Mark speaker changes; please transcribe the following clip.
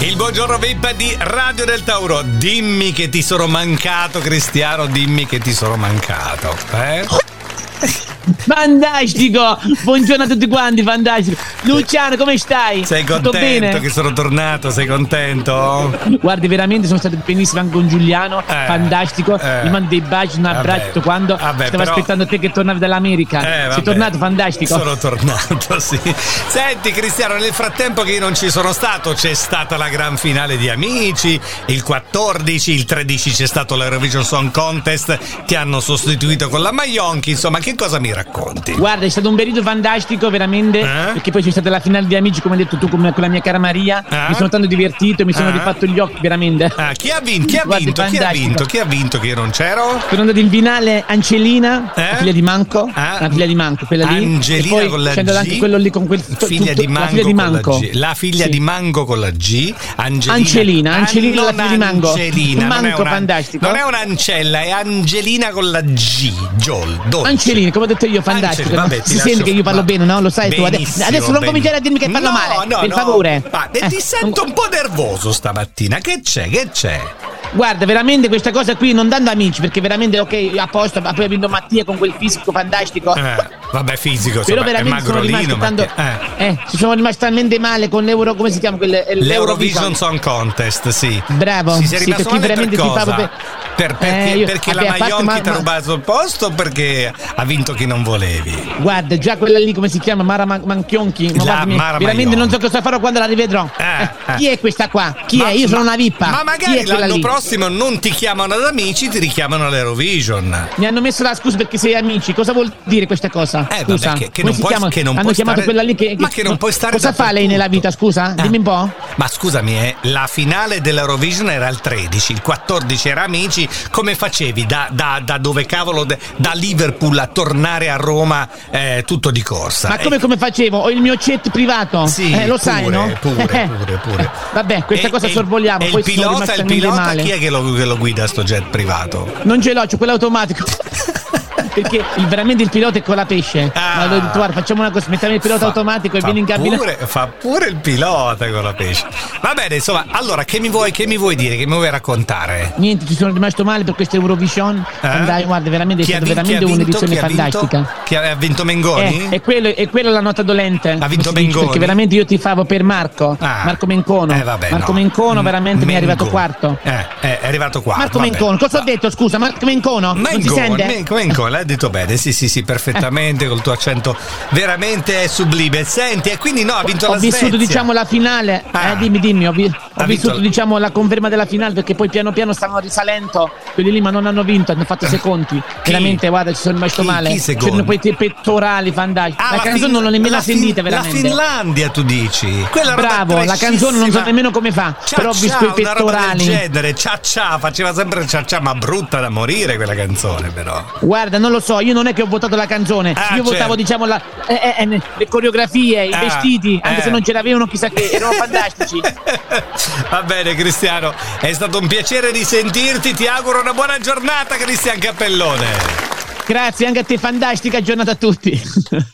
Speaker 1: Il buongiorno VIP di Radio del Tauro. Dimmi che ti sono mancato, Cristiano. Dimmi che ti sono mancato. Eh?
Speaker 2: Fantastico! Buongiorno a tutti quanti, fantastico. Luciano, come stai?
Speaker 1: Sei
Speaker 2: Tutto
Speaker 1: contento
Speaker 2: bene?
Speaker 1: che sono tornato? Sei contento? Eh,
Speaker 2: Guardi, veramente sono stato benissimo anche con Giuliano, fantastico.
Speaker 1: eh.
Speaker 2: Mi mando dei baci, un abbraccio,
Speaker 1: Vabbè.
Speaker 2: tutto quanto.
Speaker 1: Vabbè,
Speaker 2: Stavo
Speaker 1: però-
Speaker 2: aspettando te che tornavi dall'America.
Speaker 1: Eh, vabbè.
Speaker 2: Sei tornato, fantastico.
Speaker 1: Sono tornato, sì. Senti, Cristiano, nel frattempo che io non ci sono stato, c'è stata la gran finale di Amici, il 14, il 13 c'è stato l'Eurovision Song Contest, ti hanno sostituito con la Maionchi, insomma, che cosa mi racconti?
Speaker 2: Guarda, è stato un periodo fantastico, veramente.
Speaker 1: Eh?
Speaker 2: Perché poi c'è stata la finale di Amici, come hai detto tu, con, con la mia cara Maria.
Speaker 1: Eh?
Speaker 2: Mi sono tanto divertito, mi sono
Speaker 1: Eh?
Speaker 2: rifatto gli occhi, veramente.
Speaker 1: Ah, chi ha vinto? Chi ha
Speaker 2: Guardi,
Speaker 1: vinto? Chi ha
Speaker 2: fantastico.
Speaker 1: vinto? Chi ha vinto che io non c'ero?
Speaker 2: Sono andati in finale Angelina,
Speaker 1: Eh?
Speaker 2: la figlia di Manco,
Speaker 1: Ah.
Speaker 2: la figlia di Manco, quella lì.
Speaker 1: Angelina
Speaker 2: e poi
Speaker 1: con la
Speaker 2: c'è andato anche
Speaker 1: G.
Speaker 2: quello lì con quel to-
Speaker 1: figlia
Speaker 2: tutto-
Speaker 1: di
Speaker 2: la
Speaker 1: mango.
Speaker 2: figlia di
Speaker 1: con la
Speaker 2: Manco.
Speaker 1: G. La figlia
Speaker 2: Sì.
Speaker 1: di mango con la G. Angelina.
Speaker 2: Angelina, Angelina,
Speaker 1: Ah,
Speaker 2: la
Speaker 1: non
Speaker 2: figlia di mango.
Speaker 1: Angelina, non è
Speaker 2: Manco
Speaker 1: una-
Speaker 2: fantastico.
Speaker 1: Non è un'ancella, è Angelina con la G. Giol, dolce.
Speaker 2: Angelina, come ho detto io, fantastico.
Speaker 1: Angelina, vabbè, ti
Speaker 2: si
Speaker 1: lascio-
Speaker 2: sente che io parlo
Speaker 1: ma-
Speaker 2: bene, no? Lo sai tu. Adesso,
Speaker 1: Benissimo,
Speaker 2: adesso non
Speaker 1: benissimo.
Speaker 2: cominciare a dirmi che parlo
Speaker 1: No,
Speaker 2: male.
Speaker 1: no,
Speaker 2: per
Speaker 1: no.
Speaker 2: favore.
Speaker 1: Ma, eh,
Speaker 2: Eh,
Speaker 1: ti sento un po' nervoso stamattina. Che c'è? Che c'è?
Speaker 2: Guarda, veramente questa cosa qui, non dando amici, perché veramente, ok, a posto, ma poi ha vinto Mattia con quel fisico fantastico.
Speaker 1: Eh, vabbè, fisico,
Speaker 2: Oh. Però
Speaker 1: insomma, è
Speaker 2: veramente sono rimasto
Speaker 1: magrolino. ma
Speaker 2: tanto,
Speaker 1: che- eh.
Speaker 2: eh, ci sono rimasto talmente male con l'euro, come si chiama? quel-
Speaker 1: L'Eurovision Song Contest, sì.
Speaker 2: Bravo,
Speaker 1: Sì, sei
Speaker 2: sì,
Speaker 1: rimasto male
Speaker 2: perché
Speaker 1: per
Speaker 2: veramente ti fa
Speaker 1: cosa?
Speaker 2: proprio-
Speaker 1: Per- perché
Speaker 2: Eh, io-
Speaker 1: perché
Speaker 2: vabbè,
Speaker 1: la
Speaker 2: a parte,
Speaker 1: Maionchi
Speaker 2: ma-
Speaker 1: ti ha
Speaker 2: ma-
Speaker 1: rubato il posto o perché ha vinto chi non volevi?
Speaker 2: Guarda, già quella lì come si chiama? Mara Man- Manchionchi?
Speaker 1: La
Speaker 2: Ma guarda, mi-
Speaker 1: Mara
Speaker 2: veramente
Speaker 1: Maionchi.
Speaker 2: non so cosa farò quando la rivedrò.
Speaker 1: Eh, eh.
Speaker 2: Chi è questa qua? Chi
Speaker 1: Ma-
Speaker 2: è? Io sono
Speaker 1: ma-
Speaker 2: una vippa.
Speaker 1: Ma
Speaker 2: Chi
Speaker 1: magari
Speaker 2: è quella
Speaker 1: l'anno
Speaker 2: lì?
Speaker 1: prossimo non ti chiamano ad amici, ti richiamano all'Eurovision.
Speaker 2: Mi hanno messo la scusa perché sei amici. Cosa vuol dire questa cosa?
Speaker 1: Eh,
Speaker 2: scusa,
Speaker 1: vabbè, che- che
Speaker 2: Come
Speaker 1: non
Speaker 2: si
Speaker 1: puoi-
Speaker 2: chiama?
Speaker 1: che non
Speaker 2: Hanno
Speaker 1: puoi
Speaker 2: chiamato
Speaker 1: stare-
Speaker 2: quella lì che,
Speaker 1: ma che non puoi stare
Speaker 2: Cosa fa lei
Speaker 1: dappertutto.
Speaker 2: nella vita, scusa?
Speaker 1: Ah.
Speaker 2: Dimmi un po'.
Speaker 1: Ma scusami, eh, la finale dell'Eurovision era il 13, il 14 era Amici. Come facevi da, da- da dove cavolo, de- da Liverpool a tornare a Roma eh, tutto di corsa?
Speaker 2: Ma
Speaker 1: Eh,
Speaker 2: come, come facevo? Ho il mio chat privato.
Speaker 1: Sì,
Speaker 2: eh, lo
Speaker 1: pure,
Speaker 2: sai, no?
Speaker 1: pure,
Speaker 2: Eh,
Speaker 1: pure, pure.
Speaker 2: Vabbè, questa
Speaker 1: E-
Speaker 2: cosa
Speaker 1: e-
Speaker 2: sorvogliamo.
Speaker 1: e
Speaker 2: poi
Speaker 1: il
Speaker 2: sono
Speaker 1: pilota,
Speaker 2: rimasta
Speaker 1: il
Speaker 2: mille
Speaker 1: pilota
Speaker 2: male.
Speaker 1: chi è che lo, che lo guida sto jet privato?
Speaker 2: Non ce l'ho, c'ho quello automatico. Perché il- veramente il pilota è con la pesce.
Speaker 1: Ah.
Speaker 2: Ma l'ho detto, guarda, facciamo una cosa, mettiamo il pilota
Speaker 1: Fa-
Speaker 2: automatico e
Speaker 1: fa
Speaker 2: vieni in cabina.
Speaker 1: Pure, fa pure il pilota con la pesce. Va bene, insomma, allora che mi vuoi, che mi vuoi dire, che mi vuoi raccontare?
Speaker 2: Niente, ci sono rimasto male per questa Eurovision.
Speaker 1: Eh?
Speaker 2: Andai, guarda, veramente è
Speaker 1: Chi ha vin-
Speaker 2: stata
Speaker 1: chi ha
Speaker 2: veramente
Speaker 1: vinto?
Speaker 2: un'edizione
Speaker 1: Chi ha vinto?
Speaker 2: fantastica.
Speaker 1: Chi ha, ha vinto Mengoni?
Speaker 2: Eh, e, quello, e quella è la nota dolente.
Speaker 1: Ha vinto
Speaker 2: come si dice,
Speaker 1: Mengoni?
Speaker 2: Perché veramente io ti favo per Marco.
Speaker 1: Ah.
Speaker 2: Marco Mencono.
Speaker 1: Eh, vabbè,
Speaker 2: Marco
Speaker 1: no.
Speaker 2: Mencono veramente mi è arrivato
Speaker 1: Mengoni.
Speaker 2: quarto.
Speaker 1: Eh, eh, è arrivato quarto.
Speaker 2: Marco
Speaker 1: vabbè.
Speaker 2: Mencono, cosa ho detto? Scusa, Marco Mencono? non si
Speaker 1: Mengoni,
Speaker 2: sente? Eh.
Speaker 1: Men- Mengoni, l'hai detto bene, sì sì sì, perfettamente, col tuo accento veramente sublime. Senti, e quindi no, ha vinto
Speaker 2: ho
Speaker 1: la
Speaker 2: vissuto
Speaker 1: Svezia.
Speaker 2: diciamo la finale
Speaker 1: Ah.
Speaker 2: eh, dimmi dimmi ho, vi- ho
Speaker 1: Ha vinto
Speaker 2: vissuto
Speaker 1: la-
Speaker 2: diciamo la conferma della finale perché poi piano piano stanno risalendo quelli lì ma non hanno vinto hanno fatto secondi veramente guarda ci sono rimasto
Speaker 1: Chi?
Speaker 2: male
Speaker 1: Chi secondi?
Speaker 2: c'erano quei te- pettorali fantastici
Speaker 1: Ah,
Speaker 2: la canzone
Speaker 1: Fin-
Speaker 2: non l'ho nemmeno
Speaker 1: la Fin-
Speaker 2: sentita veramente
Speaker 1: La Finlandia, tu dici? Quella roba
Speaker 2: bravo la canzone non so
Speaker 1: trashissima.
Speaker 2: nemmeno come fa
Speaker 1: Cia
Speaker 2: però ho visto
Speaker 1: cia,
Speaker 2: i
Speaker 1: una roba del
Speaker 2: pettorali
Speaker 1: genere, cia cia, faceva sempre cia cia, ma brutta da morire quella canzone però.
Speaker 2: Guarda, non lo so, io non è che ho votato la canzone,
Speaker 1: Ah,
Speaker 2: io
Speaker 1: certo.
Speaker 2: votavo diciamo la- eh, eh, eh, le coreografie, i
Speaker 1: Ah,
Speaker 2: vestiti, anche
Speaker 1: eh.
Speaker 2: se non ce l'avevano chissà che, erano fantastici.
Speaker 1: Va bene Cristiano, è stato un piacere risentirti, ti auguro una buona giornata Cristian Cappellone.
Speaker 2: Grazie anche a te, fantastica giornata a tutti.